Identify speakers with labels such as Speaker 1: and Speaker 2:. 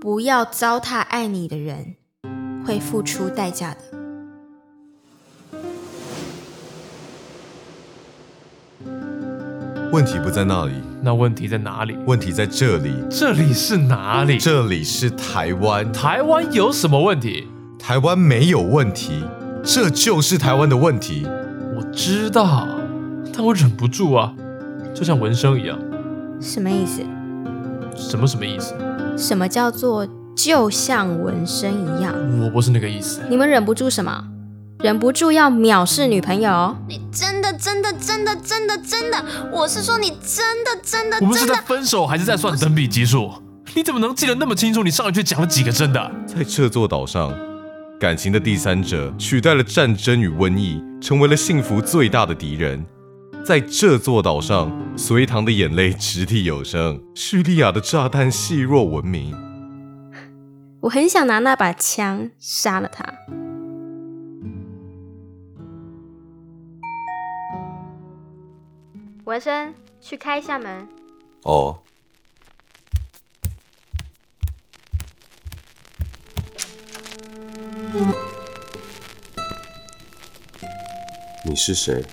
Speaker 1: 不要糟蹋爱你的人，会付出代价的。
Speaker 2: 问题不在那里，
Speaker 3: 那问题在哪里？
Speaker 2: 问题在这里。
Speaker 3: 这里是哪里？
Speaker 2: 这里是台湾，
Speaker 3: 台湾有什么问题？
Speaker 2: 台湾没有问题，这就是台湾的问题。
Speaker 3: 我知道，但我忍不住啊，就像纹身一样。
Speaker 1: 什么意思？
Speaker 3: 什么什么意思？
Speaker 1: 什么叫做就像纹身一样？
Speaker 3: 我不是那个意思。
Speaker 1: 你们忍不住什么？忍不住要藐视女朋友？
Speaker 4: 你真的真的真的真的真的，我是说你真的真的
Speaker 3: 我们是
Speaker 4: 真
Speaker 3: 在
Speaker 4: 的，
Speaker 3: 分手还是在算等比级数？你怎么能记得那么清楚？你上一句讲了几个真的？
Speaker 2: 在这座岛上，感情的第三者取代了战争与瘟疫，成为了幸福最大的敌人。在这座岛上，隋唐的眼泪掷地有声，叙利亚的炸弹细若闻名。
Speaker 1: 我很想拿那把枪杀了他。文生，去开一下门。
Speaker 2: 哦，
Speaker 5: 你是谁？